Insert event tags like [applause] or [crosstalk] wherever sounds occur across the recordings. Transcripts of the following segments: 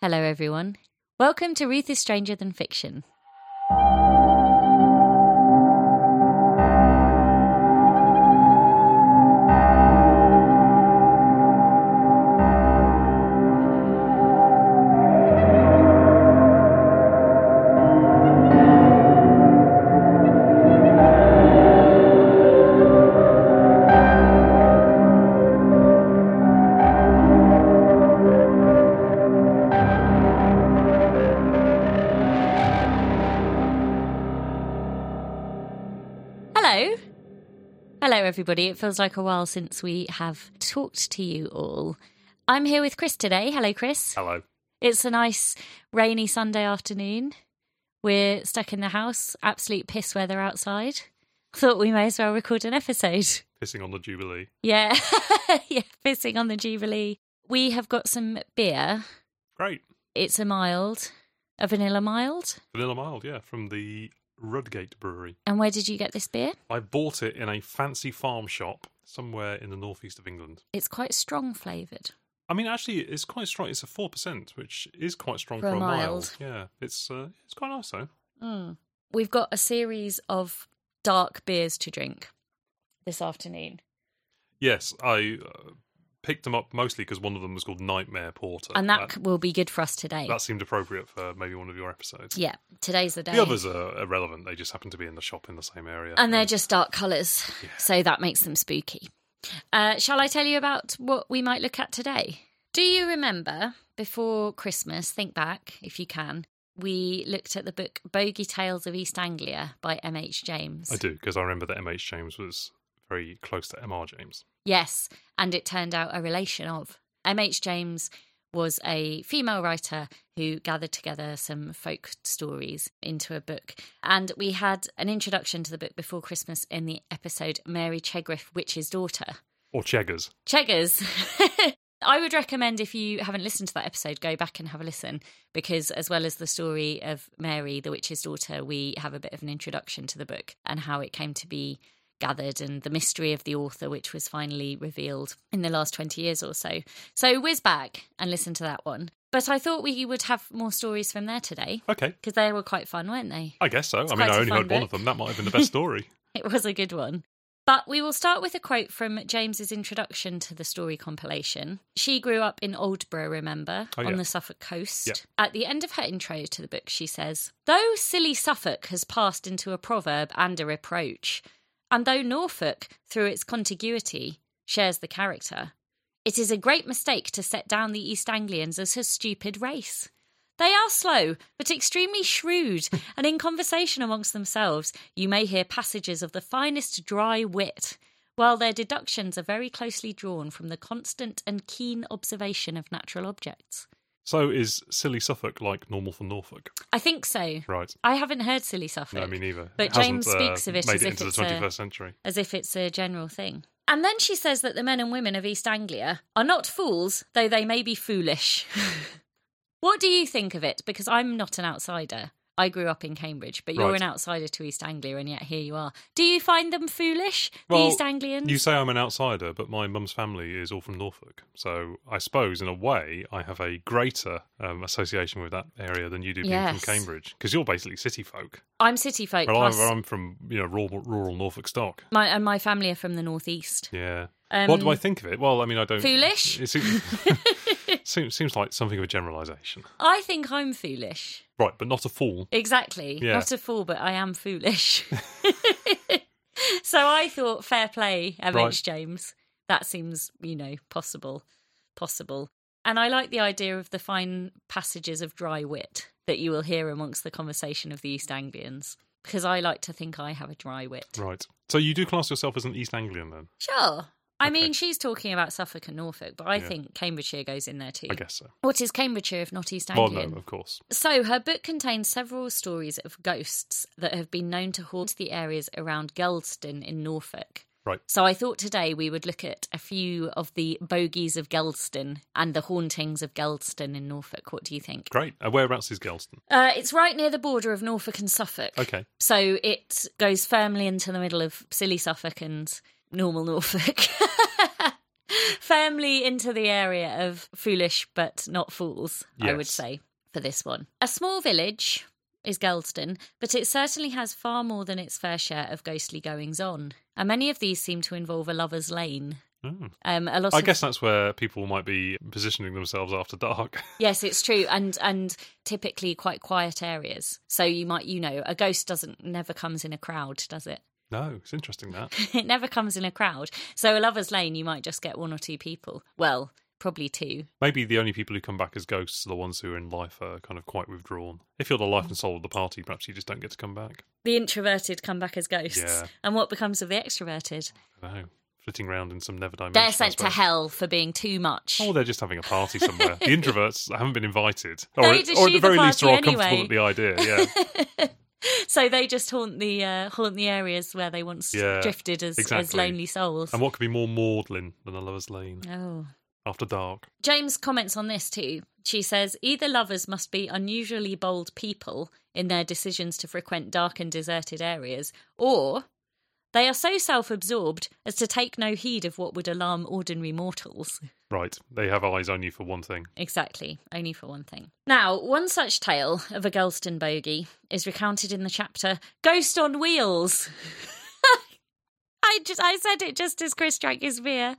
Hello, everyone. Welcome to Ruth is Stranger Than Fiction. Hello. Hello, everybody. It feels like a while since we have talked to you all. I'm here with Chris today. Hello, Chris. Hello. It's a nice rainy Sunday afternoon. We're stuck in the house, absolute piss weather outside. [laughs] Thought we may as well record an episode. Pissing on the Jubilee. Yeah, [laughs] yeah, pissing on the Jubilee. We have got some beer. Great. It's a mild, a vanilla mild. Vanilla mild, yeah, from the Rudgate Brewery. And where did you get this beer? I bought it in a fancy farm shop somewhere in the northeast of England. It's quite strong flavoured. I mean, actually, it's quite strong. It's a four percent, which is quite strong For for, a a mild. mild. Yeah, it's uh, it's quite nice though. We've got a series of dark beers to drink this afternoon. Yes, I uh, picked them up mostly because one of them was called Nightmare Porter, And that, will be good for us today. that seemed appropriate for maybe one of your episodes. Yeah, today's the day. The others are irrelevant. They just happen to be in the shop in the same area. and they're just dark colours, so that makes them spooky. Uh, shall I tell you about what we might look at today? Do you remember before Christmas? Think back, if you can. We looked at the book Bogey Tales of East Anglia by M.H. James. I do because I remember that M H James was very close to M R James. Yes, and it turned out a relation of. M.H. James was a female writer who gathered together some folk stories into a book. And we had an introduction to the book before Christmas in the episode Mary Chegriff, Witch's Daughter. Or Cheggers. Cheggers. [laughs] I would recommend if you haven't listened to that episode, go back and have a listen because, as well as the story of Mary, the witch's daughter, we have a bit of an introduction to the book and how it came to be gathered and the mystery of the author, which was finally revealed in the last 20 years or so. So, whiz back and listen to that one. But I thought we would have more stories from there today Okay. because they were quite fun, weren't they? I guess so. I mean, quite I a only fun heard one book. of them. That might have been [laughs] the best story. It was a good one. But we will start with a quote from James's introduction to the story compilation. She grew up in Oldborough, remember, Oh, on yeah. the Suffolk coast. Yeah. At the end of her intro to the book, she says, Though silly Suffolk has passed into a proverb and a reproach, and though Norfolk, through its contiguity, shares the character, it is a great mistake to set down the East Anglians as a stupid race. They are slow, but extremely shrewd, [laughs] and in conversation amongst themselves, you may hear passages of the finest dry wit, while their deductions are very closely drawn from the constant and keen observation of natural objects. So is silly Suffolk like normal for Norfolk? I think so. Right. I haven't heard silly Suffolk. No, me neither. But It hasn't, James uh, speaks of it made as it if into it's the a- 21st century. as if it's a general thing. And then she says that the men and women of East Anglia are not fools, though they may be foolish. [laughs] what do you think of it? Because I'm not an outsider. I grew up in Cambridge, but you're Right. an outsider to East Anglia, and yet here you are. Do you find them foolish, the East Anglians? You say I'm an outsider, but my mum's family is all from Norfolk. So I suppose, in a way, I have a greater um, association with that area than you do being Yes. from Cambridge. Because you're basically city folk. I'm city folk, Well, I'm, plus I'm from you know rural, rural Norfolk stock. my and my family are from the northeast. Yeah. Um, what do I think of it? Well, I mean, I don't. Foolish? It seems, [laughs] seems, seems like something of a generalisation. I think I'm foolish. Right, but not a fool. Exactly. Yeah. Not a fool, but I am foolish. [laughs] so I thought, fair play, MH Right. James. That seems, you know, possible. Possible. And I like the idea of the fine passages of dry wit that you will hear amongst the conversation of the East Anglians, because I like to think I have a dry wit. Right. So you do class yourself as an East Anglian then? Sure. I Okay. mean, she's talking about Suffolk and Norfolk, but I Yeah. think Cambridgeshire goes in there too. I guess so. What is Cambridgeshire if not East Well, Anglian? no, of course. So, her book contains several stories of ghosts that have been known to haunt the areas around Geldston in Norfolk. Right. So, I thought today we would look at a few of the bogies of Geldston and the hauntings of Geldston in Norfolk. What do you think? Great. Uh, whereabouts is Gelston? Uh, it's right near the border of Norfolk and Suffolk. Okay. So, it goes firmly into the middle of silly Suffolk and normal Norfolk. [laughs] firmly into the area of foolish but not fools, I would Yes. say, for this one. A small village is Gelston, but it certainly has far more than its fair share of ghostly goings on. And many of these seem to involve a lover's lane. Oh. Um, a lot I of guess that's where people might be positioning themselves after dark. [laughs] Yes, it's true, and and typically quite quiet areas. So you might, you know, a ghost doesn't never comes in a crowd, does it? no, it's interesting that. [laughs] it never comes in a crowd. So a lovers' lane, you might just get one or two people. Well, probably two. Maybe the only people who come back as ghosts are the ones who are in life are kind of quite withdrawn. If you're the Mm. life and soul of the party, perhaps you just don't get to come back. The introverted come back as ghosts, Yeah. and what becomes of the extroverted? I don't know. Flitting around in some never dimension. They're I sent to suppose. hell for being too much. Or Oh, they're just having a party [laughs] somewhere. the introverts haven't been invited. Or, They just or do at the the very least are all party comfortable anyway. at the idea. [laughs] Yeah, so they just haunt the uh, haunt the areas where they once Yeah, drifted as, as exactly. lonely souls. And what could be more maudlin than a lover's lane oh. after dark? James comments on this too. She says either lovers must be unusually bold people in their decisions to frequent dark and deserted areas, or they are so self absorbed as to take no heed of what would alarm ordinary mortals. Right, they have eyes only for one thing. Exactly, only for one thing. Now, one such tale of a Gelston bogey is recounted in the chapter Ghost on Wheels. [laughs] I just I said it just as Chris drank his beer.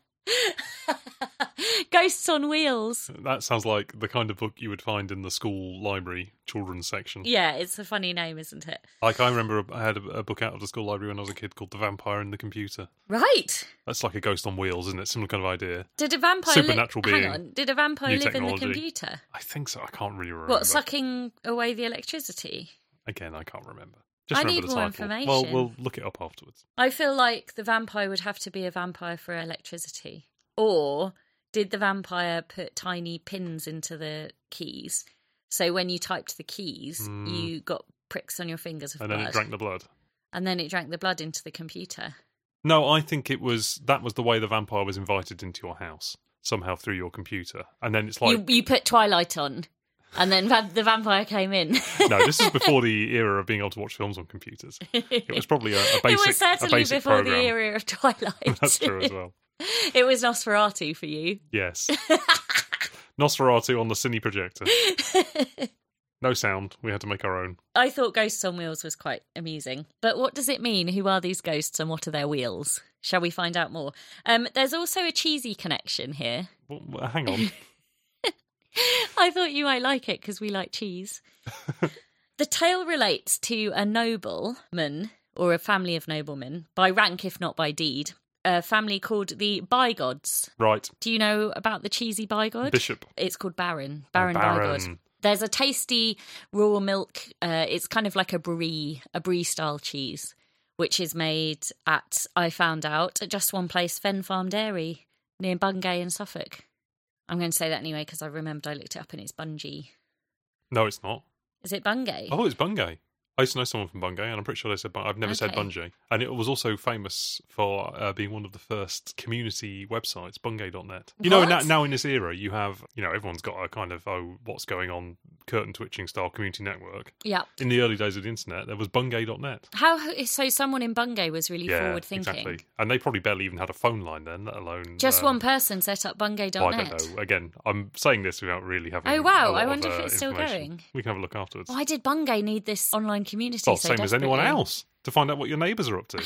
[laughs] Ghosts on Wheels. That sounds like the kind of book you would find in the school library children's section. Yeah, it's a funny name, isn't it? Like I remember, I had a, a book out of the school library when I was a kid called *The Vampire and the Computer*. Right. That's like a ghost on wheels, isn't it? Similar kind of idea. Did a vampire Supernatural li- being. Hang on. Did a vampire New live technology. in the computer? I think so. I can't really remember. What, sucking away the electricity? Again, I can't remember. Just I remember need the more title. information. Well, we'll look it up afterwards. I feel like the vampire would have to be a vampire for electricity. Or did the vampire put tiny pins into the keys? So when you typed the keys, Hmm. you got pricks on your fingers of And then blood. it drank the blood. and then it drank the blood into the computer. No, I think it was that was the way the vampire was invited into your house somehow through your computer, and then it's like you, you put Twilight on, and then va- the vampire came in. [laughs] no, this is before the era of being able to watch films on computers. It was probably a, a [laughs] basic, it was certainly a basic before program. the era [laughs] of Twilight. That's true as well. [laughs] it was Nosferatu for you. Yes, [laughs] Nosferatu on the cine projector. No sound. We had to make our own. I thought Ghosts on Wheels was quite amusing. But what does it mean? Who are these ghosts and what are their wheels? Shall we find out more? Um, there's also a cheesy connection here. [laughs] Well, well, hang on. I thought you might like it because we like [laughs] cheese. the tale relates to a nobleman or a family of noblemen by rank, if not by deed. A family called the Bygods. Right, Do you know about the cheesy Bygod? Bishop. It's called Baron. Baron, Oh, Baron. Bygod. There's a tasty raw milk. Uh, it's kind of like a brie, a brie style cheese, which is made at, I found out, at just one place, Fen Farm Dairy, near Bungay in Suffolk. I'm going to say that anyway because I remembered I looked it up and it's Bungie. No, it's not. Is it Bungay? I thought it was Bungay. Oh, I used to know someone from Bungay, and I'm pretty sure they said Bungay. I've never said Okay. Bungay. And it was also famous for uh, being one of the first community websites, bungay.net. You know, What? now, now in this era, you have, you know, everyone's got a kind of, oh, what's going on, curtain twitching style community network. Yeah. In the early days of the internet, there was bungay.net. How so? Someone in Bungay was really Yeah, forward thinking. exactly. And they probably barely even had a phone line then, let alone. Just um, one person set up Bungay.net. well, I don't know. Again, I'm saying this without really having. Oh, wow. a lot I of, wonder if uh, it's still information. going. We can have a look afterwards. Why did Bungay need this online community? Well, so same as anyone desperately? else to find out what your neighbours are [laughs] up to.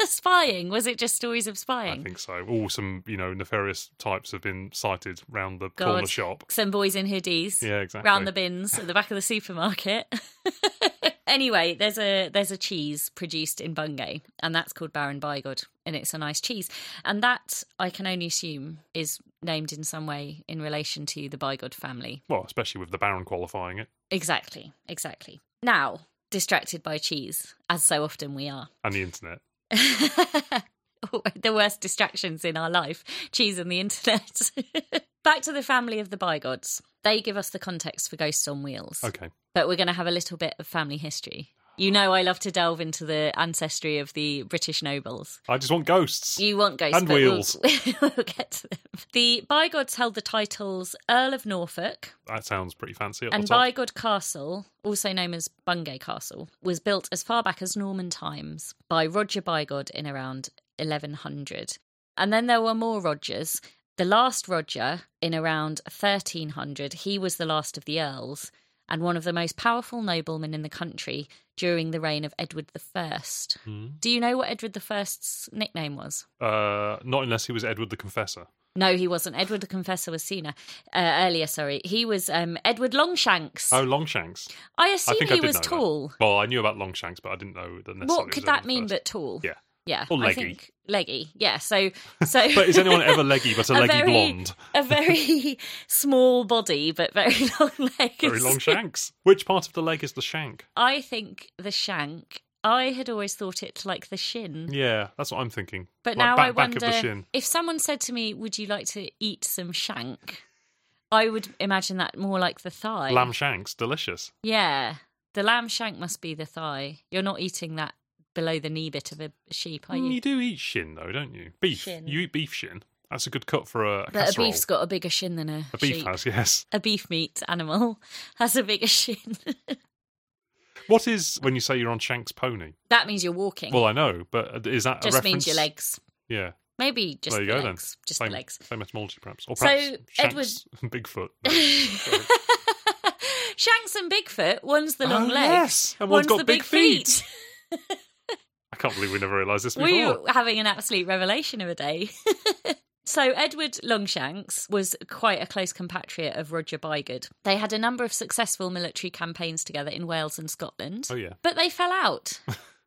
spying? Was it just stories of I spying? think so. All some, you know, nefarious types have been sighted round the corner God. shop. Some boys in hoodies. Yeah, exactly. round the bins at the back of the supermarket. [laughs] anyway, there's a there's a cheese produced in Bungay, and that's called Baron Bygod, and it's a nice cheese. And that I can only assume is named in some way in relation to the Bygod family. well, especially with the Baron qualifying it Exactly, exactly. Now, distracted by cheese, as so often we are. and the internet. [laughs] the worst distractions in our life cheese and the internet. [laughs] Back to the family of the Bygods. They give us the context for Ghosts on Wheels Okay. but we're going to have a little bit of family history. You know, I love to delve into the ancestry of the British nobles. I just want ghosts. You want ghosts, And but we'll- wheels. [laughs] We'll, get to them. The Bygods held the titles Earl of Norfolk, That sounds pretty fancy. At and the top. Bygod Castle, also known as Bungay Castle, was built as far back as Norman times by Roger Bygod in around 1100. And then there were more Rogers. The last Roger in around 1300, he was the last of the earls and one of the most powerful noblemen in the country during the reign of Edward I. Hmm. Do you know what Edward I's nickname was? Uh, not unless he was Edward the Confessor. No, he wasn't. Edward the Confessor was sooner, uh, earlier. Sorry, he was um, Edward Longshanks. [laughs] Oh, Longshanks. I assume think I he did was know that. tall. Well, I knew about Longshanks, but I didn't know that. necessarily What it was could that Edward mean first. but tall? Yeah. yeah, Or I leggy. think leggy. Yeah, [laughs] so so. But [laughs] is anyone e- ever leggy but a, leggy very- blonde? a very [laughs] small body but very [laughs] long legs? Very long shanks. Which part of the leg is the shank? I think the shank. I had always thought it like the shin, Yeah, that's what I'm thinking. but Like now back, I back wonder of the shin. if someone said to me, "Would you like to eat some shank?" I would imagine that more like the thigh. Lamb shanks, delicious. Yeah. The lamb shank must be the thigh. You're not eating that below the knee bit of a sheep, are Mm, you? You do eat shin though, don't you? Beef. Shin. You eat beef shin. That's a good cut for a, a But a casserole. beef's got a bigger shin than a, a beef sheep. has, [laughs] yes. A beef meat animal [laughs] has a bigger shin. What is when you say you're on Shank's pony? [laughs] that means you're walking. Well, I know, but is that a just reference? means your legs. Yeah, Maybe just there you the go legs. then. Just same, the legs. Same etymology, perhaps. Or So, perhaps Shank's [laughs] Bigfoot. Sorry. [laughs] Shanks and Bigfoot, one's the [laughs] long Oh, legs. yes, and one's got the big big feet. feet. I can't believe we never realised this before. We were having an absolute revelation of a day. [laughs] so Edward Longshanks was quite a close compatriot of Roger Bigod. They had a number of successful military campaigns together in Wales and Scotland, Oh yeah. but they fell out.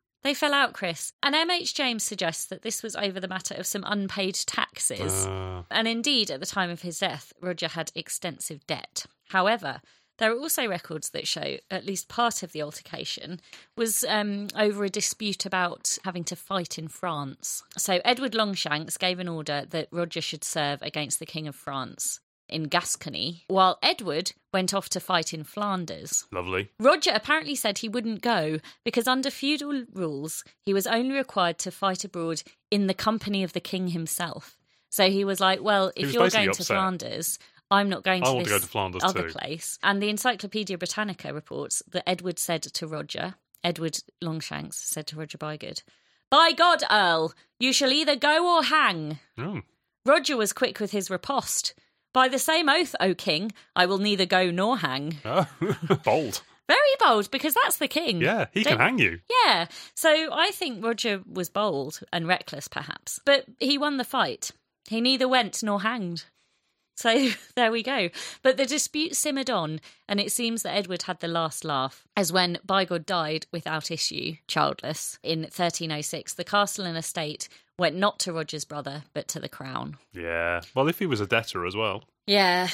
[laughs] they fell out, Chris. And M.H. James suggests that this was over the matter of some unpaid taxes. Uh, And indeed, at the time of his death, Roger had extensive debt. However, there are also records that show at least part of the altercation was um, over a dispute about having to fight in France. So Edward Longshanks gave an order that Roger should serve against the King of France in Gascony, while Edward went off to fight in Flanders. lovely. Roger apparently said he wouldn't go because, under feudal rules, he was only required to fight abroad in the company of the king himself. So he was like, "Well, if was you're basically going to upset. Flanders, I'm not going I to want to this go to Flanders other too. place." And the Encyclopedia Britannica reports that Edward said to Roger, Edward Longshanks said to Roger Bygod, "By God, Earl, you shall either go or hang." Mm. [laughs] Roger was quick with his riposte. By the same oath, O king, I will neither go nor hang. Oh, bold. Very bold, because that's the king. Yeah, he can Don't- hang you. Yeah. So I think Roger was bold and reckless, perhaps, but he won the fight. He neither went nor hanged. So [laughs] there we go. But the dispute simmered on, and it seems that Edward had the last laugh, as when Bygod died without issue, childless, in 1306, the castle and estate went not to Roger's brother, but to the crown. Yeah. Well, if he was a debtor as well, Yeah.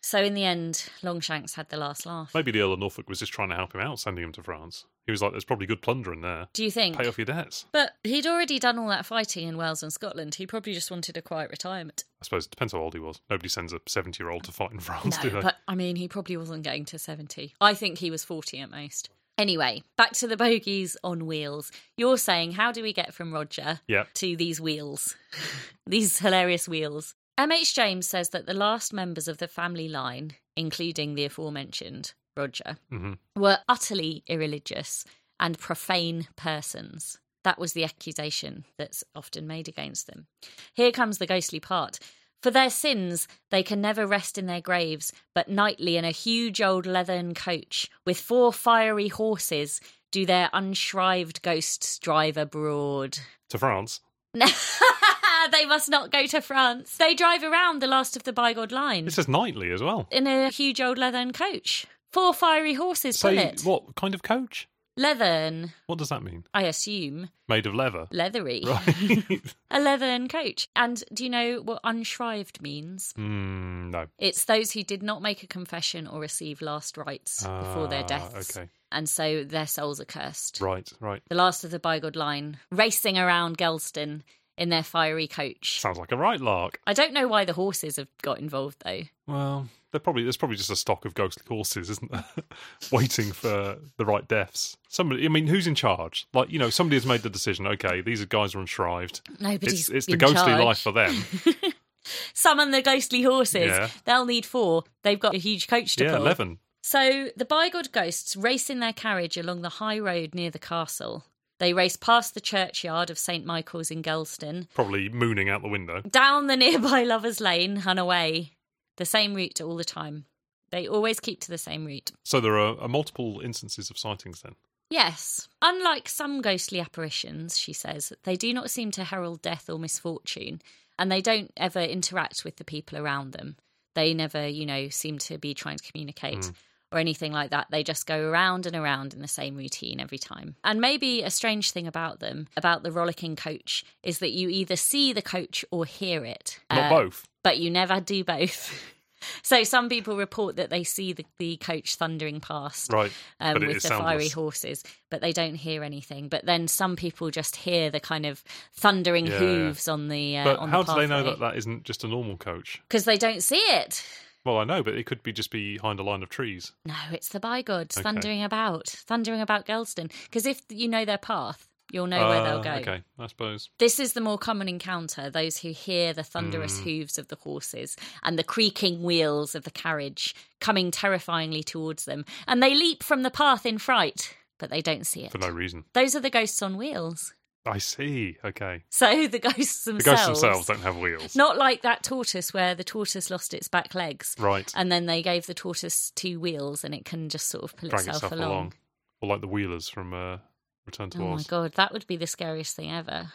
So in the end, Longshanks had the last laugh. maybe the Earl of Norfolk was just trying to help him out, sending him to France. He was like, "There's probably good plunder in there. Do you think? Pay off your debts." But he'd already done all that fighting in Wales and Scotland. He probably just wanted a quiet retirement. I suppose it depends how old he was. Nobody sends a seventy-year-old to fight in [laughs] France, do no, they? but I mean, he probably wasn't getting to 70. I think he was 40 at most. Anyway, back to the bogies on wheels. You're saying, how do we get from Roger Yeah. to these wheels? [laughs] these hilarious wheels. M.H. James says that the last members of the family line, including the aforementioned Roger, Mhm. were utterly irreligious and profane persons. That was the accusation that's often made against them. Here comes the ghostly part. For their sins, they can never rest in their graves, but nightly in a huge old leathern coach with four fiery horses do their unshrived ghosts drive abroad. To France. [laughs] they must not go to France. They drive around the last of the bygod line This is nightly as well. in a huge old leathern coach. Four fiery horses So, pull it. what kind of coach? Leathern, What does that mean? I assume, Made of leather. leathery. [laughs] [laughs] Right. A leathern coach. And do you know what unshrived means? mm, no. It's those who did not make a confession or receive last rites before their Ah, deaths. Okay. And so their souls are cursed. Right. Right. The last of the bygod line racing around Gelston in their fiery coach. Sounds like a right lark. I don't know why the horses have got involved though. Well, they're probably there's probably just a stock of ghostly horses, isn't there? [laughs] Waiting for the right deaths. Somebody, I mean, who's in charge? Like, you know, somebody has made the decision. Okay, these are guys who are enshrined. Nobody's It's it's the in ghostly charge. life [laughs] for them. Summon the ghostly horses. Yeah. They'll need four. They've got a huge coach to yeah, pull. eleven. So the bygod ghosts race in their carriage along the high road near the castle. They race past the churchyard of St. Michael's in Gelston, Probably mooning out the window. down the [laughs] nearby Lover's Lane and away. The same route all the time. They always keep to the same route. So there are, are multiple instances of sightings then. Yes. Unlike some ghostly apparitions, she says, they do not seem to herald death or misfortune, and they don't ever interact with the people around them. They never, you know, seem to be trying to communicate Hmm. or anything like that. They just go around and around in the same routine every time. And maybe a strange thing about them, about the rollicking coach, is that you either see the coach or hear it. Not Uh, both. but you never do both. [laughs] so some people report that they see the, the coach thundering past Right. um, But it with is the fiery soundless. horses, but they don't hear anything. But then some people just hear the kind of thundering Yeah. hooves on the. Uh, But on how the do they know that that isn't just a normal coach? Because they don't see it. Well, I know, but it could be just behind a line of trees. No, it's the bygods Okay. thundering about, thundering about Gelston. Because if you know their path, you'll know where they'll Uh, go. Okay, I suppose. This is the more common encounter those who hear the thunderous Hmm. hooves of the horses and the creaking wheels of the carriage coming terrifyingly towards them, and they leap from the path in fright, but they don't see it. For no reason. Those are the ghosts on wheels. I see. Okay. So [laughs] the ghosts The themselves. ghosts themselves don't have wheels. Not like that tortoise where the tortoise lost its back legs Right. and then they gave the tortoise two wheels and it can just sort of pull Drag itself, itself along. Or like the wheelers from uh, Return to Oh my Oz. god, that would be the scariest thing ever.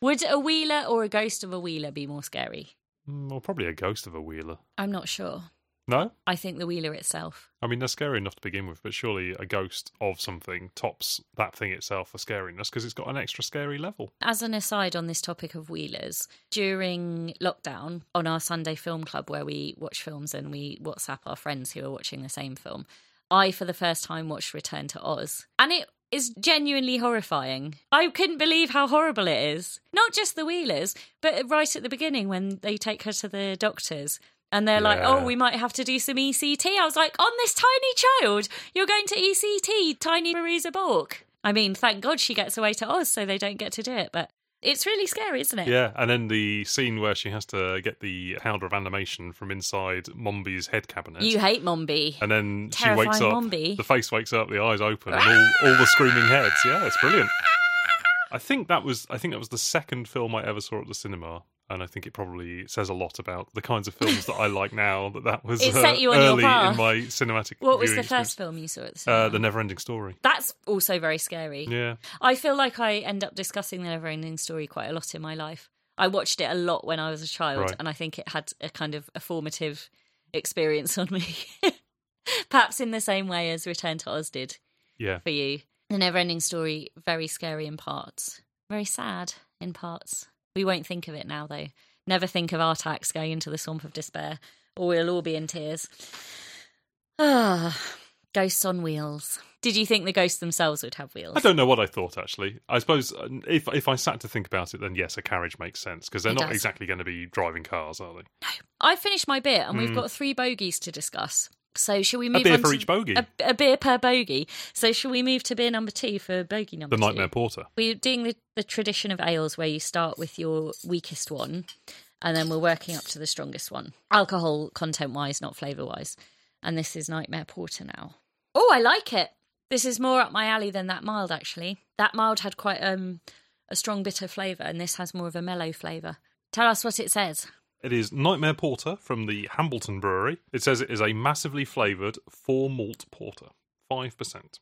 Would a wheeler or a ghost of a wheeler be more scary? Mm, or probably a ghost of a wheeler. I'm not sure. No? I think the wheeler itself. I mean, they're scary enough to begin with, but surely a ghost of something tops that thing itself for scariness because it's got an extra scary level. As an aside on this topic of wheelers, during lockdown on our Sunday film club where we watch films and we WhatsApp our friends who are watching the same film, I for the first time watched Return to Oz. And it is genuinely horrifying. I couldn't believe how horrible it is. Not just the wheelers, but right at the beginning when they take her to the doctors. And they're like, Yeah. oh, we might have to do some ECT. I was like, on this tiny child, you're going to ECT, tiny Marisa Bork. I mean, thank God she gets away to Oz so they don't get to do it, but it's really scary, isn't it? Yeah, and then the scene where she has to get the powder of animation from inside Mombi's head cabinet. You hate Mombi. and then she Terrifying wakes up. Mombi. The face wakes up, the eyes open, and all, all the screaming heads. Yeah, it's brilliant. I think that was I think that was the second film I ever saw at the cinema, and I think it probably says a lot about the kinds of [laughs] films that I like now. That that was It uh, set you on your early path. in my cinematic. What was the viewing first experience. film you saw at the cinema? Uh, the Neverending Story. That's also very scary. Yeah, I feel like I end up discussing the Neverending Story quite a lot in my life. I watched it a lot when I was a child, Right. and I think it had a kind of a formative experience on me. [laughs] Perhaps in the same way as Return to Oz did yeah. for you. The Neverending Story, very scary in parts, very sad in parts. We won't think of it now, though. Never think of Artax going into the swamp of despair, or we'll all be in tears. [sighs] Ah, ghosts on wheels. Did you think the ghosts themselves would have wheels? I don't know what I thought actually. I suppose uh, if if I sat to think about it, then yes, a carriage makes sense because they're It not does. exactly going to be driving cars, are they? I finished my beer, and we've got three bogeys to discuss. So, shall we move Hmm. beer on for to each bogey? A, a beer per bogey. So, shall we move to beer number two for bogey number The two? Nightmare Porter. We're doing the, the tradition of ales where you start with your weakest one, and then we're working up to the strongest one, alcohol content wise, not flavour wise. And this is Nightmare Porter now. Oh, I like it. This is more up my alley than that mild. Actually, that mild had quite um a strong bitter flavour, and this has more of a mellow flavour. Tell us what it says. It is Nightmare Porter from the Hambleton Brewery. It says it is a massively flavoured four malt porter, five percent.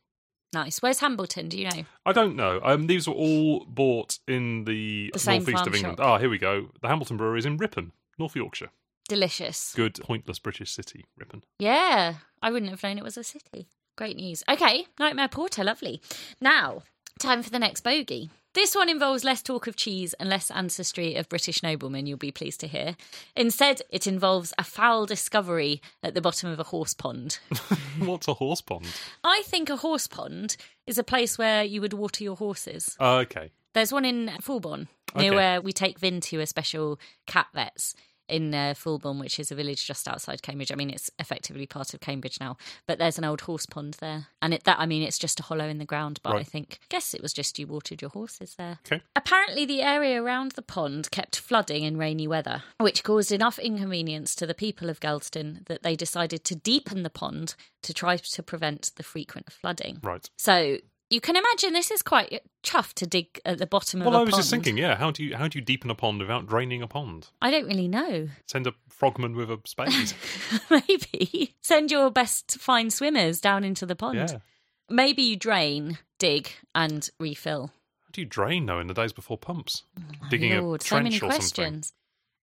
Nice. Where's Hambleton? Do you know? I don't know. Um, these were all bought in the, The same northeast farm of England. shop. Ah, here we go. The Hambleton Brewery is in Ripon, North Yorkshire. Delicious. Good, pointless British city, Ripon. [laughs] Yeah, I wouldn't have known it was a city. Great news. Okay, Nightmare Porter, lovely. Now, time for the next bogey. This one involves less talk of cheese and less ancestry of British noblemen, you'll be pleased to hear. Instead, it involves a foul discovery at the bottom of a horse pond. What's a horse pond? I think a horse pond is a place where you would water your horses. Uh, okay. There's one in Fulbourn, near Okay. where we take Vin to a special cat vets in uh, Fulbourn, which is a village just outside Cambridge. I mean, it's effectively part of Cambridge now, but there's an old horse pond there, and it, that I mean, it's just a hollow in the ground. But I Right. think, guess it was just you watered your horses there. Okay. Apparently, the area around the pond kept flooding in rainy weather, which caused enough inconvenience to the people of Gelston that they decided to deepen the pond to try to prevent the frequent flooding. Right. So You can imagine this is quite tough to dig at the bottom of Well, a I was just pond. thinking, yeah, how do you how do you deepen a pond without draining a pond? I don't really know. [laughs] Send a frogman with a spade. [laughs] Maybe send your best fine swimmers down into the pond. yeah. Maybe you drain, dig, and refill. How do you drain though in the days before pumps? Digging a Lord, Mm, so trench many or something. questions.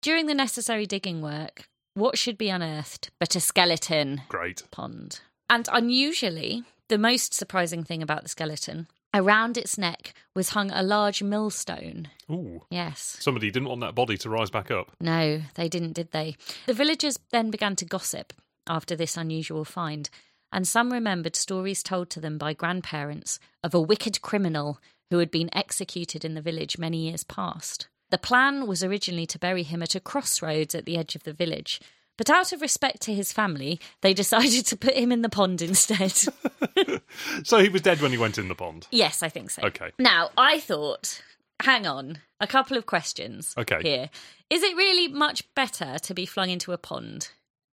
During the necessary digging work, what should be unearthed but a skeleton Great. pond? And unusually, the most surprising thing about the skeleton, around its neck was hung a large millstone. Ooh. Yes. Somebody didn't want that body to rise back up. [laughs] No, they didn't, did they? The villagers then began to gossip after this unusual find, and some remembered stories told to them by grandparents of a wicked criminal who had been executed in the village many years past. The plan was originally to bury him at a crossroads at the edge of the village, but out of respect to his family, they [laughs] decided to put him in the pond instead. So he was dead when he went in the pond. yes, I think so. Okay. Now, I thought, hang on, a couple of questions Okay. here. Is it really much better to be flung into a pond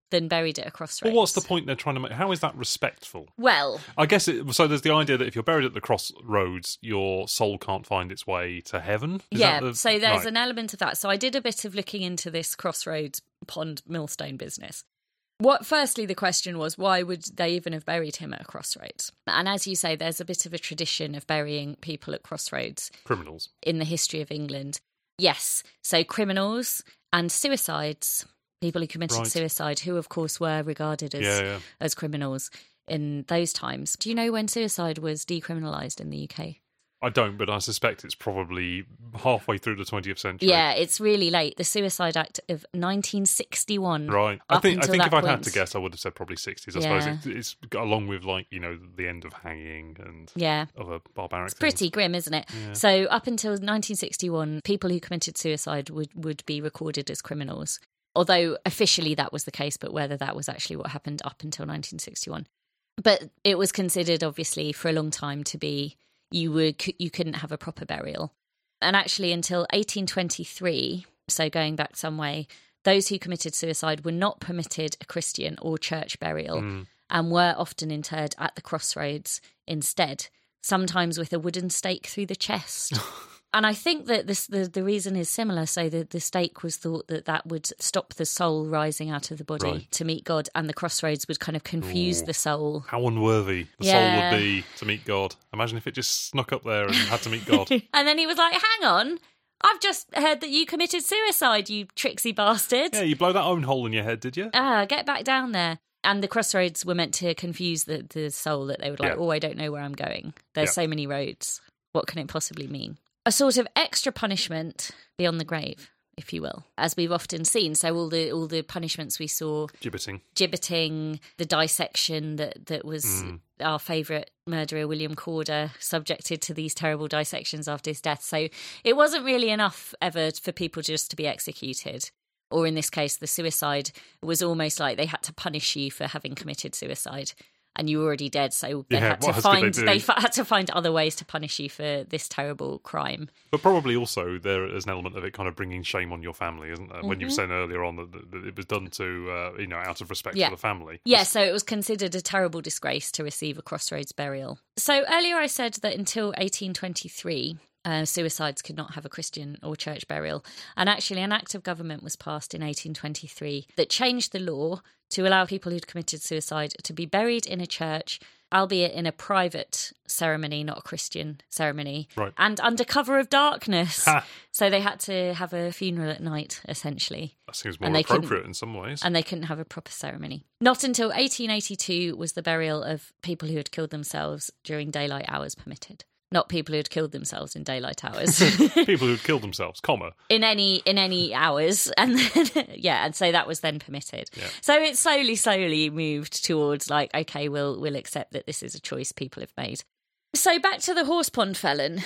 than buried at a crossroads? Well, what's the point they're trying to make? How is that respectful? Well, I guess it, so. There's the idea that if you're buried at the crossroads, your soul can't find its way to heaven. Is yeah, that the- so there's right. an element of that. So I did a bit of looking into this crossroads pond millstone business. What firstly the question was why would they even have buried him at a crossroads? And as you say there's a bit of a tradition of burying people at crossroads criminals. in the history of England. Yes, so criminals and suicides, people who committed Right. suicide, who of course were regarded as Yeah, yeah. as criminals in those times. Do you know when suicide was decriminalised in the UK? I don't, but I suspect it's probably halfway through the 20th century. Yeah, it's really late. The Suicide Act of 1961. Right. I Up think I until think that if I'd had point. to guess, I would have said probably 60s. I Yeah. suppose it, it's along with like you know the end of hanging and Yeah. other barbaric. It's pretty grim, isn't it? So up until 1961, people who committed suicide would, would be recorded as criminals. Although officially that was the case, but whether that was actually what happened up until 1961, but it was considered obviously for a long time to be you were c- you couldn't have a proper burial, and actually until 1823, so going back some way, those who committed suicide were not permitted a Christian or church burial Hmm. and were often interred at the crossroads instead, sometimes with a wooden stake through the [laughs] chest. and I think that this the, the reason is similar. So the, the stake was thought that that would stop the soul rising out of the body Right. to meet God, and the crossroads would kind of confuse Ooh. the [laughs] soul. How unworthy the Yeah. soul would be to meet God. Imagine if it just snuck up there and had [laughs] to meet God. And then he was like, "Hang on, I've just heard that you committed suicide, you tricksy bastard." yeah, you blow that own hole in your head, did you? [laughs] ah, get back down there. And the crossroads were meant to confuse the, the soul that they were like, Yeah. oh, I don't know where I'm going. There's Yeah. so many roads. What can it possibly mean? A sort of extra punishment beyond the grave, if you will, as we've often seen. So all the all the punishments we saw Gibbeting. gibbeting, the dissection that that was Hmm. our favourite murderer William Corder subjected to these terrible dissections after his death. So it wasn't really enough ever for people just to be executed. Or in this case, the suicide was almost like they had to punish you for having committed suicide, and you were already dead. So they Yeah, had to what else could they find do? they f- had to find other ways to punish you for this terrible crime. But probably also there is an element of it kind of bringing shame on your family, isn't there? When you Mm-hmm. were saying earlier on that, that it was done to, uh, you know, out of respect Yeah. for the family. Yeah, so it was considered a terrible disgrace to receive a crossroads burial. So earlier I said that until 1823, uh, suicides could not have a Christian or church burial. And actually, an act of government was passed in 1823 that changed the law to allow people who'd committed suicide to be buried in a church, albeit in a private ceremony, not a Christian ceremony, Right. and under cover of darkness. Ha! So they had to have a funeral at night, essentially That seems more And they couldn't- appropriate in some ways. and they couldn't have a proper ceremony. Not until 1882 was the burial of people who had killed themselves during daylight hours permitted. Not people who had killed themselves in daylight [laughs] hours, [laughs] People who'd killed themselves, comma. in any in any hours, [laughs] and then, yeah, and so that was then permitted. Yeah. So it slowly, slowly moved towards like, okay, we'll we'll accept that this is a choice people have made. So back to the horse pond felon.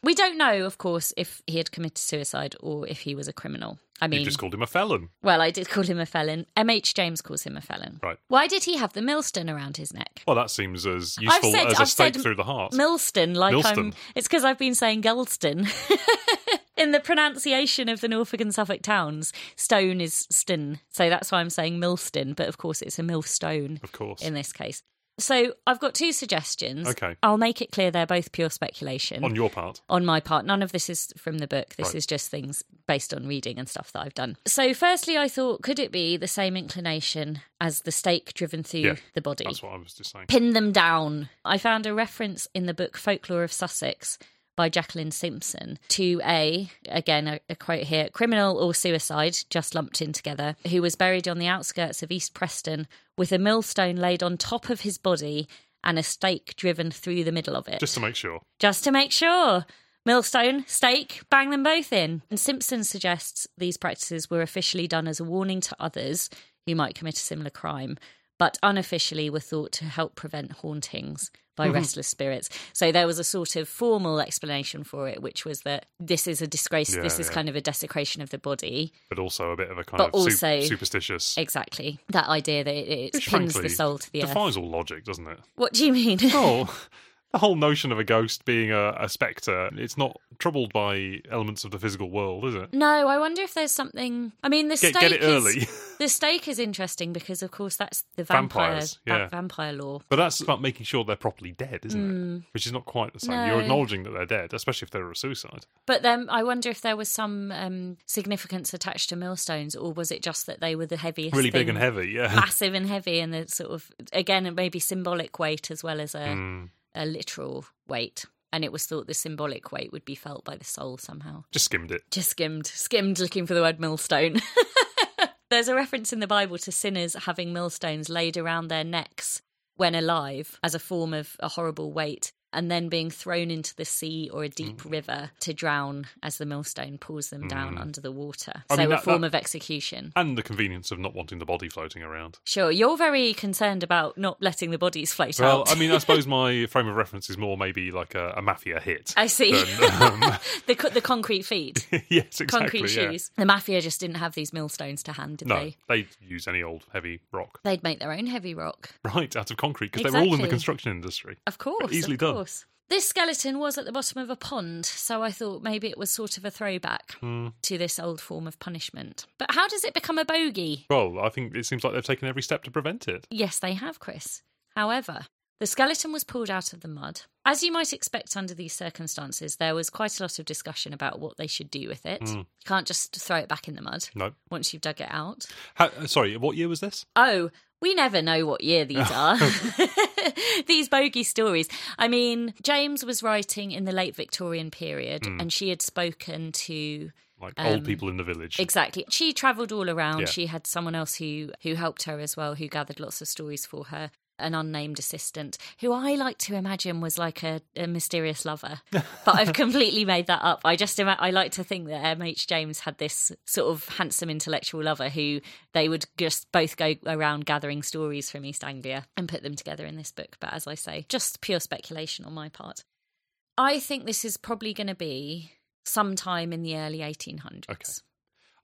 We don't know, of course, if he had committed suicide or if he was a criminal. I You mean, just called him a felon. well, I did call him a felon. M.H. James calls him a felon. Right. Why did he have the millstone around his neck? Well, that seems as useful said- as a I've stake said through the heart. Millstone, like I'm. Millstone. It's because I've been saying Gulston. [laughs] In the pronunciation of the Norfolk and Suffolk towns, stone is stin. So that's why I'm saying millstone, but of course it's a millstone of course. in this case. So I've got two suggestions. Okay. I'll make it clear they're both pure speculation on your part. on my part. None of this is from the book. This Right. is just things based on reading and stuff that I've done. So, firstly, I thought, could it be the same inclination as the stake driven through Yeah, the body? That's what I was just saying. Pin them down. I found a reference in the book Folklore of Sussex by Jacqueline Simpson to a, again, a, a quote here criminal or suicide, just lumped in together, who was buried on the outskirts of East Preston with a millstone laid on top of his body and a stake driven through the middle of it Just to make sure. just to make sure. Millstone, stake, bang them both in. And Simpson suggests these practices were officially done as a warning to others who might commit a similar crime, but unofficially were thought to help prevent hauntings Mm-hmm. by restless spirits. So there was a sort of formal explanation for it, which was that this is a disgrace, Yeah, this is yeah. kind of a desecration of the body. But also a bit of a kind But of su- also- superstitious. Exactly. That idea that it, it Which, pins frankly, the soul to the earth. defies all logic, doesn't it? What do you mean? [laughs] Oh, the whole [laughs] notion of a ghost being a, a spectre, it's not troubled by elements of the physical world, is it? No, I wonder if there's something. I mean, the Get, stake get it is- early. [laughs] The stake is interesting because, of course, that's the vampire, Vampires, va- yeah. vampire law. But that's about making sure they're properly dead, isn't it? Which is not quite the same. Hmm. No. You're acknowledging that they're dead, especially if they're a suicide. But then I wonder if there was some um, significance attached to millstones, or was it just that they were the heaviest, Really big thing, and heavy, yeah. massive and heavy, and the sort of again it may be symbolic weight as well as a, Hmm. a literal weight. And it was thought the symbolic weight would be felt by the soul somehow. [laughs] Just skimmed it. Just skimmed, skimmed looking for the word millstone. [laughs] There's a reference in the Bible to sinners having millstones laid around their necks when alive as a form of a horrible weight and then being thrown into the sea or a deep Mm. river to drown as the millstone pulls them down under the water. I so mean, a that- form that- of execution. And the convenience of not wanting the body floating around. Sure, you're very concerned about not letting the bodies float Well, out. I mean, I suppose my frame of reference is more maybe like a, a mafia hit. [laughs] [laughs] I see. [laughs] than, um, the, co- the concrete feet, yes, [laughs] exactly. concrete yeah. shoes. The mafia just didn't have these millstones to hand, did No, they? they'd use any old heavy rock [laughs] They'd make their own heavy rock. right out of concrete because they were all in the Exactly. construction industry. Of course, easily of done. course. This skeleton was at the bottom of a pond, so I thought maybe it was sort of a throwback Hmm. to this old form of punishment. But how does it become a bogey? Well, I think it seems like they've taken every step to prevent it. Yes, they have, Chris. However, the skeleton was pulled out of the mud. As you might expect under these circumstances, there was quite a lot of discussion about what they should do with Hmm. it. You can't just throw it back in the mud No. once you've dug it out. How, uh, sorry, what year was this? Oh, we never know what year these are. [laughs] these bogey stories. I mean, James was writing in the late Victorian period and she had spoken to Like Um, old people in the village. exactly. She traveled all around. Yeah. She had someone else who who helped her as well, who gathered lots of stories for her. An unnamed assistant who I like to imagine was like a, a mysterious [laughs] lover, but I've completely made that up. I just ima- I like to think that M. H. James had this sort of handsome intellectual lover who they would just both go around gathering stories from East Anglia and put them together in this book. But as I say, just pure speculation on my part. I think this is probably going to be sometime in the early 1800s. Okay.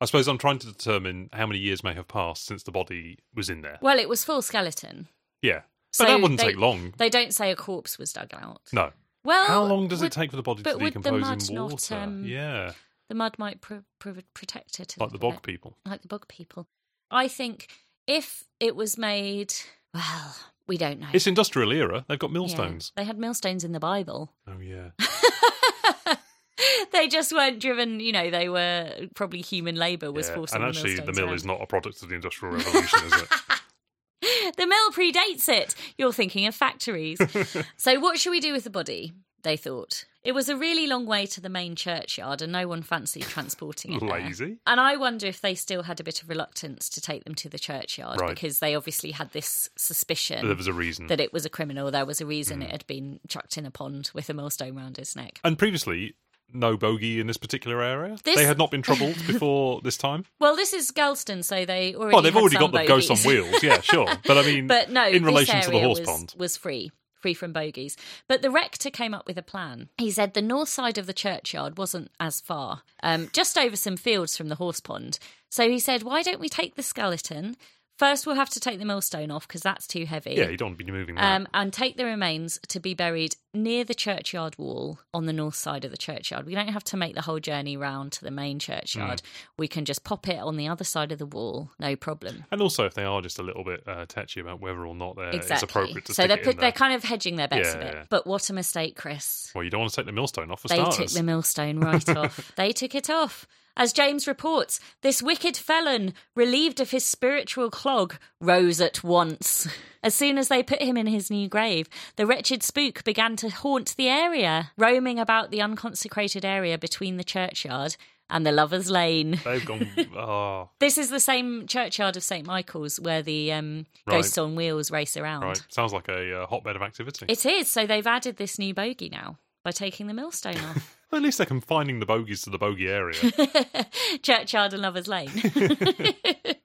I suppose I'm trying to determine how many years may have passed since the body was in there. Well, it was full skeleton. Yeah. So but that wouldn't they- take long. They don't say a corpse was dug out. No. Well, How long does Oh, would- it take for the body but to would the decompose mud in not, water? um, yeah. The mud might pr- pr- protect it. a Like the little bog bit. people. Like the bog people. I think if it was made, well, we don't know. It's industrial era. They've got Yeah. millstones. They had millstones in the Bible. [laughs] Oh, yeah. they just weren't driven. You know, they were probably human labour was yeah. forcing. And actually, the millstones mill around. is not a product of the Industrial Revolution, is [laughs] it? The mill predates it. You're thinking of [laughs] factories. so, what should we do with the body? They thought. It was a really long way to the main churchyard, and no one fancied transporting it. there. Lazy. And I wonder if they still had a bit of reluctance to take them to the churchyard Right. because they obviously had this suspicion There was a reason. that it was a criminal. There was a reason Mm. it had been chucked in a pond with a millstone round its neck. And previously, no bogey in this particular area. This- They had not been troubled [laughs] before this time. Well, this is Galston, so they already. Well, Oh, they've had already some got [laughs] the ghost on bogeys. wheels. Yeah, sure. But I mean, but no, this in relation to the area horse was, pond. was free, free from bogies. But the rector came up with a plan. He said the north side of the churchyard wasn't as far, um, just over some fields from the horse pond. So he said, why don't we take the skeleton? First, we'll have to take the millstone off because that's too heavy. Yeah, you don't want to be moving that. um, and take the remains to be buried near the churchyard wall on the north side of the churchyard. We don't have to make the whole journey round to the main churchyard. Mm. We can just pop it on the other side of the wall, no problem. and also, if they are just a little bit uh, touchy about whether or not they're, it's exactly. appropriate to so stick they're it in put, there. they're kind of hedging their bets a Yeah, bit. yeah. But what a mistake, Chris. Well, you don't want to take the millstone off for They starters. took the [laughs] millstone right off. They took it off. As James reports, this wicked felon, relieved of his spiritual clog, rose at once. [laughs] As soon as they put him in his new grave, the wretched spook began to haunt the area, roaming about the unconsecrated area between the churchyard and the lover's lane. They've [laughs] gone. Oh, This is the same churchyard of St. Michael's where the um, Right. ghosts on wheels race around. right. Sounds like a uh, hotbed of activity. It is, so they've added this new bogey now by taking the millstone off. Well, at least they're confining the bogies to the [laughs] bogey area. Churchyard and Lover's Lane.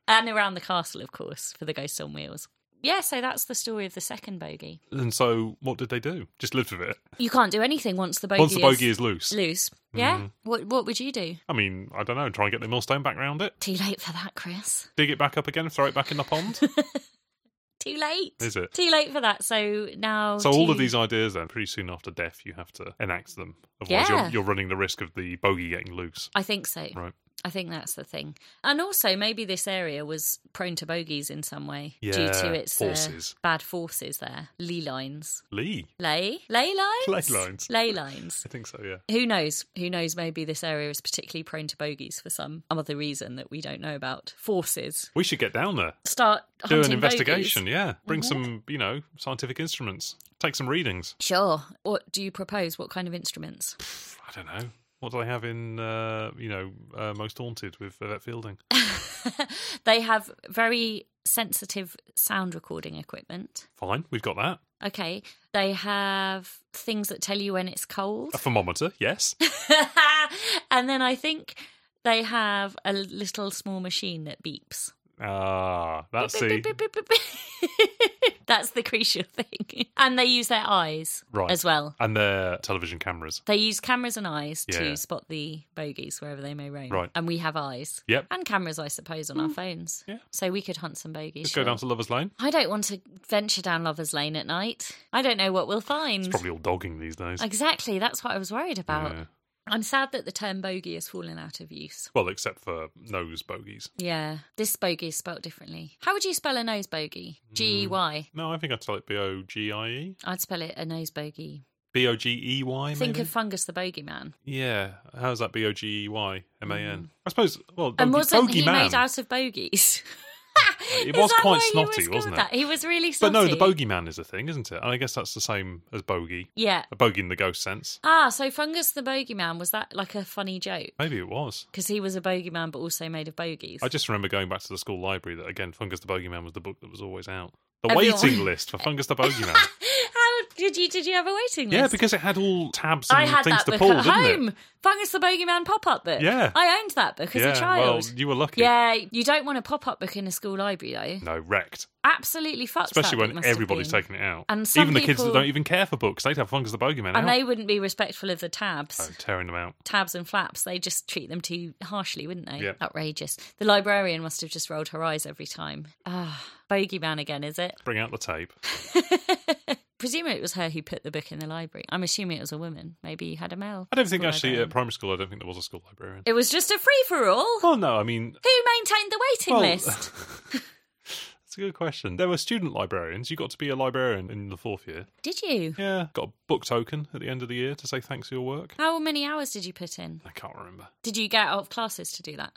and around the castle, of course, for the Ghosts on Wheels. Yeah, so that's the story of the second bogey. and so, what did they do? Just lived with it. You can't do anything once the bogey, Once the bogey is, is Mm. loose. loose. Yeah? What, what would you do? I mean, I don't know. Try and get the millstone back round it. Too late for that, Chris. Dig it back up again. Throw it back in [laughs] the pond. Too late. Is it? Too late for that. So now. So all of two- these ideas, then, pretty soon after death, you have to enact them. Otherwise, Yeah. you're, you're running the risk of the bogey getting loose. I think so. Right. I think that's the thing. And also, maybe this area was prone to bogeys in some way due Yeah, to its uh, forces. bad forces there. Lee lines. Lee. Lay? Lay lines? Ley lines. Ley lines. I think so. Yeah. Who knows? Who knows? Maybe this area is particularly prone to bogeys for some other reason that we don't know about. Forces We should get down there. start Do an hunting investigation. bogeys. Yeah. Bring some, you know, scientific instruments. Take some readings. Sure. What do you propose? What kind of instruments? [laughs] I don't know. What do they have in, uh, you know, uh, Most Haunted with Yvette Fielding? [laughs] they have very sensitive sound recording equipment. Fine, we've got that. Okay. They have things that tell you when it's cold. A thermometer, yes. [laughs] and then I think they have a little small machine that beeps. Ah, that's Beep, the beep, beep, beep, beep. [laughs] That's the crucial thing. And they use their eyes Right. as well. and their television cameras. They use cameras and eyes Yeah. to spot the bogeys wherever they may roam. Right. And we have eyes. Yep. And cameras, I suppose, on our phones. Yeah. So we could hunt some bogeys. Let's go sure. down to Lover's Lane. I don't want to venture down Lover's Lane at night. I don't know what we'll find. It's probably all dogging these days. Exactly. That's what Mm. I was worried about. Yeah. I'm sad that the term bogey has fallen out of use. Well, except for nose bogies. Yeah. This bogey is spelt differently. How would you spell a nose bogey? Mm. G E Y. No, I think I'd tell it B O G I E. I'd spell it a nose bogey. B O G E Y, Think maybe? of Fungus the Bogeyman. Yeah, how's that B O G E Y M A N? I suppose, well, Mm. And bogey- wasn't he bogeyman. made out of bogeys? [laughs] It Is was that quite why you were snotty, skilled wasn't it? at? He was really But snotty. no, the bogeyman is a thing, isn't it? And I guess that's the same as bogey. Yeah. A bogey in the ghost sense. Ah, so Fungus the Bogeyman, was that like a funny joke? Maybe it was. Because he was a bogeyman but also made of bogeys. [gasps] I just remember going back to the school library that again, Fungus the Bogeyman was the book that was always out. The Everyone- waiting list for Fungus [laughs] the Bogeyman. How did you did you have a waiting list? yeah, because it had all tabs and I had things that to book pull, at didn't home. it? Fungus the Bogeyman pop up book. Yeah. I owned that book as yeah, a child. well, you were lucky. yeah, you don't want a pop up book in a school library though. No, wrecked. Absolutely fucks. that Especially book when must have everybody's been. taking it out. And some even the kids that people- don't even care for books, they'd have Fungus the Bogeyman and out. they wouldn't be respectful of the tabs. Oh, tearing them out. tabs and flaps, they just treat them too harshly, wouldn't they? Yeah. Outrageous. The librarian must have just rolled her eyes every time. Ah, bogeyman again, is it? Bring out [sighs] the tape. Presumably it was her who put the book in the library. I'm assuming it was a woman. Maybe you had a male. I don't think school actually librarian. at primary school I don't think there was a school librarian. It was just a free for all. Well no, I mean Who maintained the waiting well, uh, list? [laughs] That's a good question. There were student librarians. You got to be a librarian in the fourth year. Did you? Yeah. Got a book token at the end of the year to say thanks for your work. How many hours did you put in? I can't remember. Did you get out of classes to do that?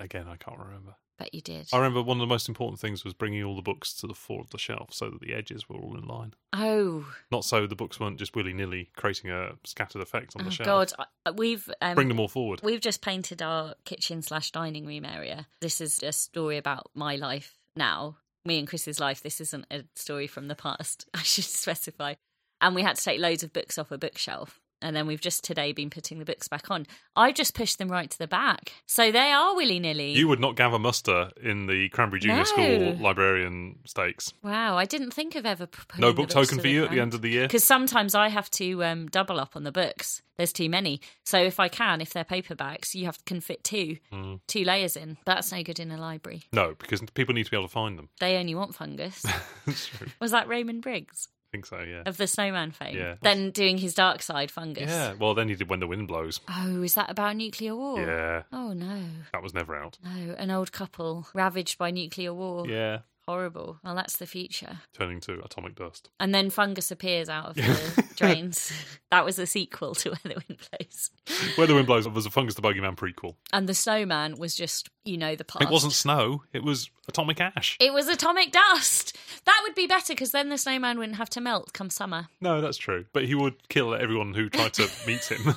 Again, I can't remember. Bet you did. I remember one of the most important things was bringing all the books to the fore of the shelf so that the edges were all in line. Oh, Not so the books weren't just willy nilly creating a scattered effect on oh the shelf. God. I- We've um, Bring them all forward. We've just painted our kitchen slash dining room area. This is a story about my life now, me and Chris's life. This isn't [laughs] a story from the past, I should specify. And we had to take loads of books off a bookshelf. and then we've just today been putting the books back on. I just pushed them right to the back, so they are willy nilly. You would not gather muster in the Cranberry Junior No. School librarian stakes. Wow, I didn't think of ever. p- No putting book the books token to for you at the end of the [laughs] year. because sometimes I have to um, double up on the books. There's too many, so if I can, if they're paperbacks, you have can fit two Mm. two layers in. That's no good in a library. No, because people need to be able to find them. [laughs] They only want fungus. That's true. I Was that Raymond Briggs think so. Yeah. of the Snowman fame? Yeah. Then doing his Dark Side fungus. Yeah. Well, then you did when the wind blows. Oh, is that about nuclear war? Yeah. Oh no, That was never out. no, an old couple ravaged by nuclear war. Yeah. Horrible. Well, that's the future. Turning to atomic dust. And then fungus appears out [laughs] of the drains. That was the sequel to [laughs] Where the Wind Blows. Where the wind blows was a fungus the bogeyman prequel. And the snowman was just, you know, the past. It wasn't snow. It was atomic ash. It was atomic dust. That would be better because then the snowman wouldn't have to melt come summer. No, that's true. But he would kill everyone who [laughs] tried to meet him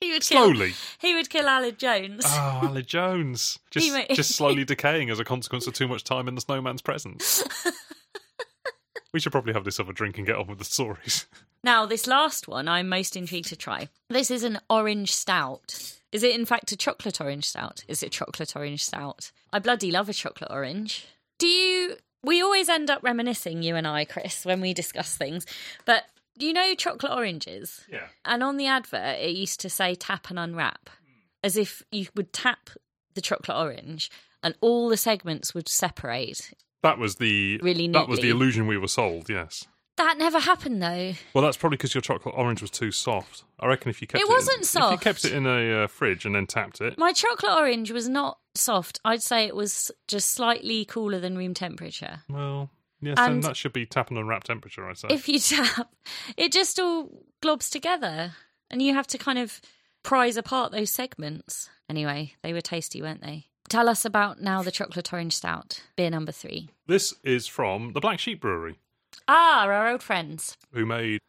He would kill. slowly. He would kill Alan [laughs] Jones. Oh, Alan Jones. Just, He ma- [laughs] just slowly decaying as a consequence of too much time in the snowman's presence. [laughs] we should probably have this other drink and get on with the stories. [laughs] Now, this last one I'm most intrigued to try. This is an orange stout. Is it, in fact, a chocolate orange stout? Is it chocolate orange stout? I bloody love a chocolate orange. Do you. We always end up reminiscing, you and I, Chris, when we discuss things. But you know chocolate oranges? Yeah. And on the advert, it used to say tap and unwrap, as if you would tap the chocolate orange and all the segments would separate. That was the Really that was the neatly. illusion we were sold, yes. That never happened, though. Well, that's probably because your chocolate orange was too soft. I reckon if you kept It it, wasn't in, If soft. you kept it in a uh, fridge and then tapped it, My chocolate orange was not soft. I'd say it was just slightly cooler than room temperature. well, yes, then And- that should be tapping on wrap temperature, I'd say. If you [laughs] tap, it just all globs together and you have to kind of prize apart those segments. Anyway, they were tasty, weren't they? Tell us about now the chocolate orange stout, beer number three. This is from the Black Sheep Brewery, Ah, our old friends. who made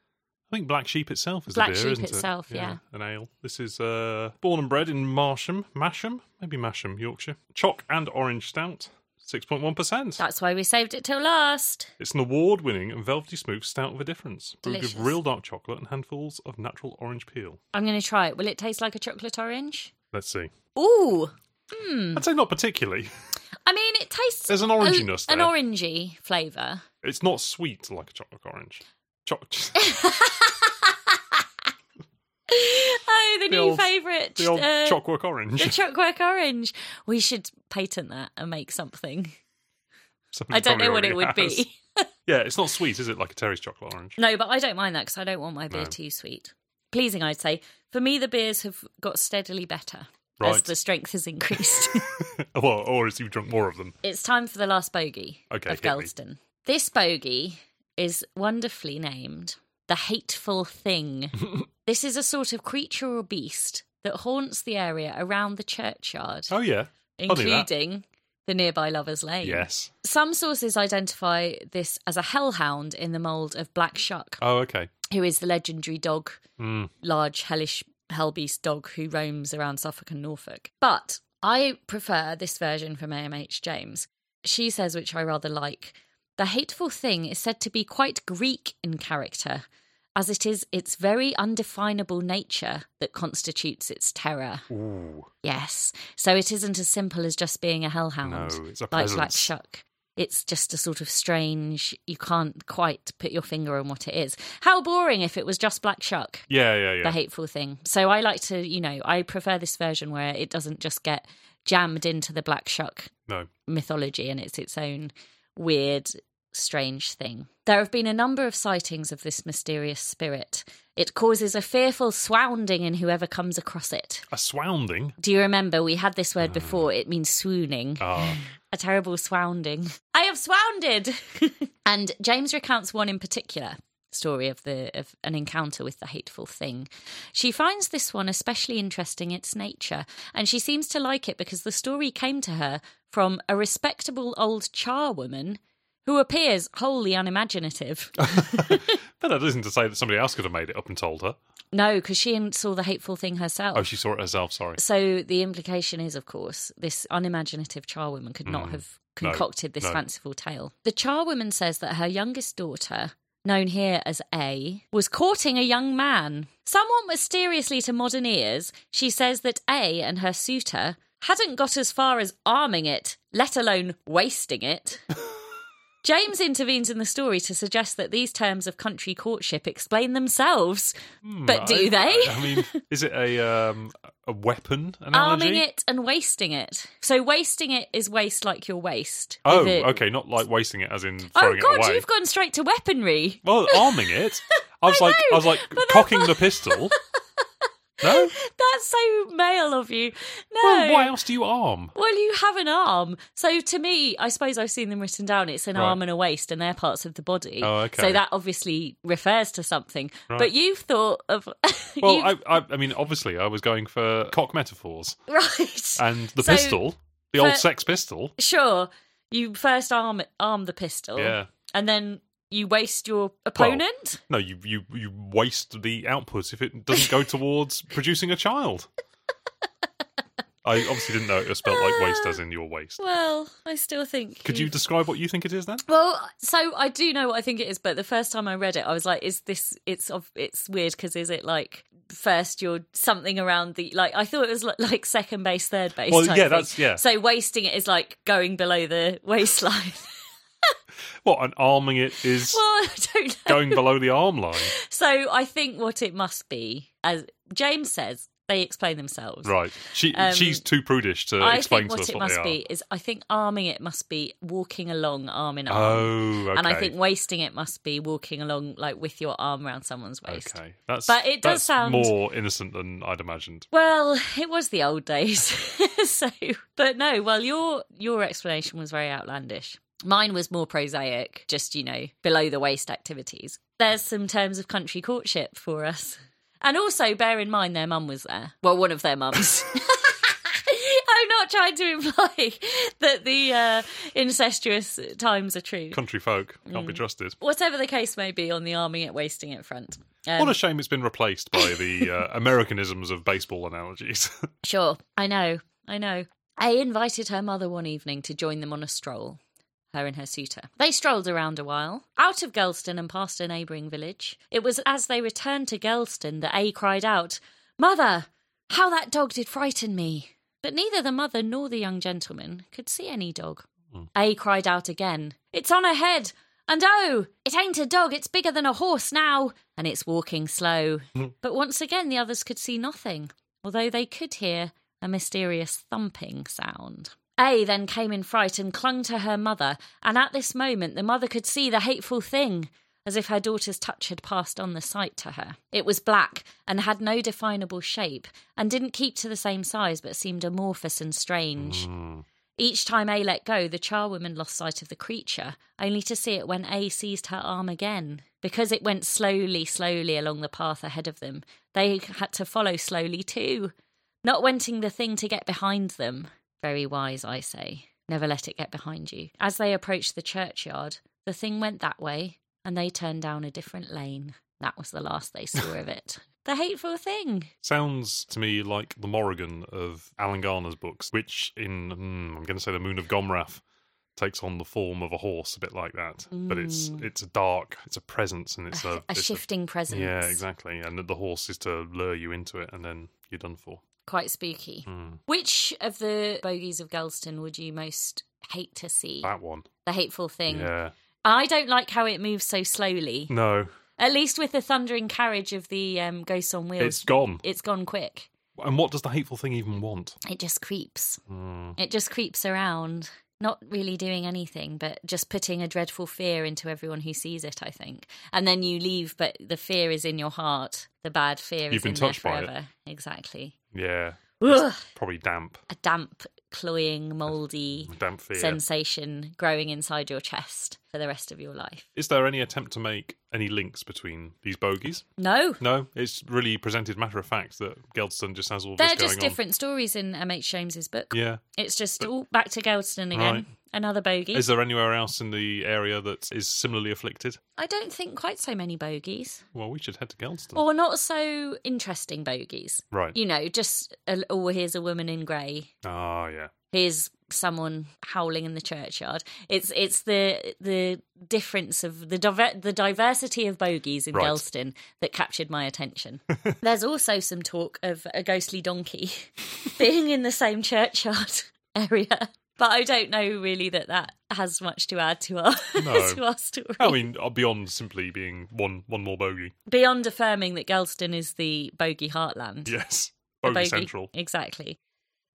I think Black Sheep itself is Black the beer, Sheep isn't itself, it? yeah. an ale. This is uh, born and bred in Marsham, Masham, maybe Masham, Yorkshire. Chalk and orange stout, six point one percent. That's why we saved it till last. It's an award-winning and velvety smooth stout with a difference, brewed Delicious. with real dark chocolate and handfuls of natural orange peel. I'm going to try it. Will it taste like a chocolate orange? Let's see. Ooh. Hmm. I'd say not particularly. [laughs] I mean, it tastes. There's an oranginess An there. orangey flavour. It's not sweet like a chocolate orange. Choc- [laughs] [laughs] Oh, the, The new old- favourite. the [laughs] old uh, chalkwork [laughs] orange. The Chuckwork Orange. We should patent that and make something. Something I don't probably know what it would already has. be. Yeah, it's not sweet, is it? Like a Terry's chocolate orange. [laughs] No, but I don't mind that because I don't want my beer No. too sweet. Pleasing, I'd say. For me, the beers have got steadily better as Right. the strength has increased. [laughs] well, or as you've drunk more of them. it's time for the last bogey Okay, of hit me. Gelston. This bogey is wonderfully named the Hateful Thing. [laughs] this is a sort of creature or beast that haunts the area around the churchyard, Oh yeah. I'll do that. including the nearby Lover's Lane. Yes. Some sources identify this as a hellhound in the mould of Black Shuck, Oh, okay. who is the legendary dog, Mm. large, hellish hell beast dog who roams around Suffolk and Norfolk. But I prefer this version from AMH James. She says, which I rather like, the hateful thing is said to be quite Greek in character, as it is its very undefinable nature that constitutes its terror. Ooh. Yes. So it isn't as simple as just being a hellhound. No, it's a like Black presence. Shuck. It's just a sort of strange, you can't quite put your finger on what it is. How boring if it was just Black Shuck, Yeah, yeah, yeah. the hateful thing. So I like to, you know, I prefer this version where it doesn't just get jammed into the Black Shuck no. mythology and it's its own weird, strange thing. There have been a number of sightings of this mysterious spirit. It causes a fearful swounding in whoever comes across it. [laughs] A swounding. Do you remember we had this word before? It means swooning, Ah. a terrible swounding. [laughs] I have swounded. [laughs] and James recounts one in particular story of the of an encounter with the hateful thing. She finds this one especially interesting its nature and she seems to like it because the story came to her from a respectable old charwoman who appears wholly unimaginative. but that isn't to say that somebody else could have made it up and told her. no, because she saw the hateful thing herself. Oh, she saw it herself. Sorry. So the implication is, of course, this unimaginative charwoman could not have concocted this Mm. no. fanciful tale. The charwoman says that her youngest daughter known here as A, was courting a young man. Somewhat mysteriously to modern ears, she says that A and her suitor hadn't got as far as arming it, let alone wasting [laughs] it. James intervenes in the story to suggest that these terms of country courtship explain themselves. Hmm, But do they? I [laughs] mean, is it a um, a weapon analogy? Arming it and wasting it. So, wasting it is waste like your waste. Oh, With it- okay, not like wasting it as in Oh, throwing God, it away. you've [laughs] gone straight to weaponry. [laughs] Well, arming it. I was like, I was like but that's cocking [laughs] the pistol. No. That's so male of you. No. Well, why else do you arm? Well, you have an arm. So to me, I suppose I've seen them written down. It's an Right. arm and a waist, and they're parts of the body. Oh, okay. So that obviously refers to something. Right. But you've thought of. [laughs] Well, you've- I, I, I mean, obviously, I was going for cock metaphors Right. and the So, pistol, the for- old sex pistol. sure. You first arm arm the pistol, Yeah. and then you waste your opponent. No, you, you you waste the output if it doesn't go [laughs] towards producing a child. I obviously didn't know it was spelled like waste as in your waste. Well, I still think. Could you you've- describe what you think it is then? Well, so I do know what I think it is, but the first time I read it, I was like, "Is this? It's of. It's weird because is it like first you're something around the like? I thought it was like, like second base, third base. Well, type yeah, thing. that's- yeah. So wasting it is like going below the [laughs] waistline. What, and arming it is well, [laughs] I don't know. going below the arm line. So I think what it must be, as James says, they explain themselves. Right. She Um, she's too prudish to I explain think to what us it what they must are. be is I think arming it must be walking along arm in arm. Oh, okay. And I think wasting it must be walking along like with your arm around someone's waist. Okay, that's But it does that's sound- more innocent than I'd imagined. Well, it was the old days. [laughs] so, but no, well your your explanation was very outlandish. Mine was more prosaic, just you know, below the waist activities. There's some terms of country courtship for us. And also bear in mind their mum was there. Well, one of their mums. [laughs] I'm not trying to imply that the uh, incestuous times are true. Country folk can't Mm. be trusted. Whatever the case may be on the arming it, wasting it front. Um, What a shame it's been replaced by the uh, [laughs] Americanisms of baseball analogies. [laughs] Sure, I know, I know. A invited her mother one evening to join them on a stroll, her and her suitor. They strolled around a while, out of Gelston and past a neighbouring village. It was as they returned to Gelston that A cried out, Mother, how that dog did frighten me! But neither the mother nor the young gentleman could see any dog. A cried out again, It's on her head! And oh, it ain't a dog, it's bigger than a horse now! And it's walking slow. But once again, the others could see nothing, although they could hear a mysterious thumping sound. A then came in fright and clung to her mother, and at this moment the mother could see the hateful thing, as if her daughter's touch had passed on the sight to her. It was black and had no definable shape, and didn't keep to the same size but seemed amorphous and strange. Each time A let go, the charwoman lost sight of the creature, only to see it when A seized her arm again. Because it went slowly, slowly along the path ahead of them, they had to follow slowly too, not wanting the thing to get behind them. Very wise, I say. Never let it get behind you. As they approached the churchyard, the thing went that way, and they turned down a different lane. That was the last they [laughs] saw of it. The hateful thing. Sounds to me like the Morrigan of Alan Garner's books, which in mm, I'm going to say the Moon of Gomrath takes on the form of a horse, a bit like that. But it's it's a dark, it's a presence, and it's Hmm. a, A it's shifting presence. yeah, exactly. And the horse is to lure you into it, and then you're done for. Quite spooky. Hmm. Which of the bogies of Gelston would you most hate to see? That one, The hateful thing. yeah. I don't like how it moves so [laughs] slowly. No, At least with the thundering carriage of the um, ghosts on wheels, it's gone. it's gone quick. And what does the hateful thing even want? It just creeps. Mm. It just creeps around, not really doing anything, but just putting a dreadful fear into everyone who sees it, I think. And then you leave, but the fear is in your heart. The bad fear is You've been in touched by there it. forever. Exactly. Yeah, Ugh, probably damp, a damp, cloying, mouldy damp fear. sensation growing inside your chest for the rest of your life. Is there any attempt to make any links between these bogies? No. No, it's really presented matter of fact that Geldston just has all They're this going just on. different stories in M.H. James's book. Yeah. It's just all back to Gelston again. Right. Another bogey. Is there anywhere else in the area that is similarly afflicted? I don't think quite so many bogeys, Well, we should head to Geldston. or not so interesting bogeys. Right. You know, just a, oh, here's a woman in grey. Ah, yeah. here's someone howling in the churchyard. It's it's the the difference of the diver- the diversity of bogies in Right. Gelston that captured my attention. [laughs] There's also some talk of a ghostly donkey [laughs] being in the same churchyard [laughs] area. But I don't know really that that has much to add to our [laughs] No. to our story. I mean, uh, beyond simply being one one more bogey. [laughs] Beyond affirming that Gelston is the bogey heartland, Yes, the bogey central. exactly.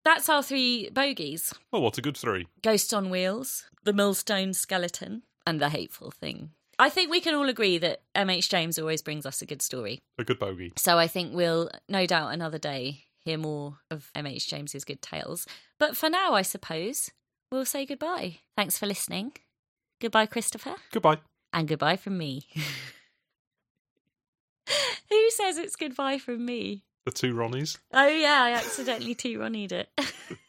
That's our three bogies: Well, what a good three. Ghost on Wheels, the Millstone Skeleton, and the Hateful Thing. I think we can all agree that M. H. James always brings us a good story. A good bogey. So I think we'll no doubt another day hear more of MH James's good tales. But for now, I suppose we'll say goodbye. Thanks for listening. Goodbye, Christopher, Goodbye. and goodbye from me. [laughs] Who says it's goodbye from me? The two Ronnies. Oh yeah, I accidentally T Ronnied it. [laughs]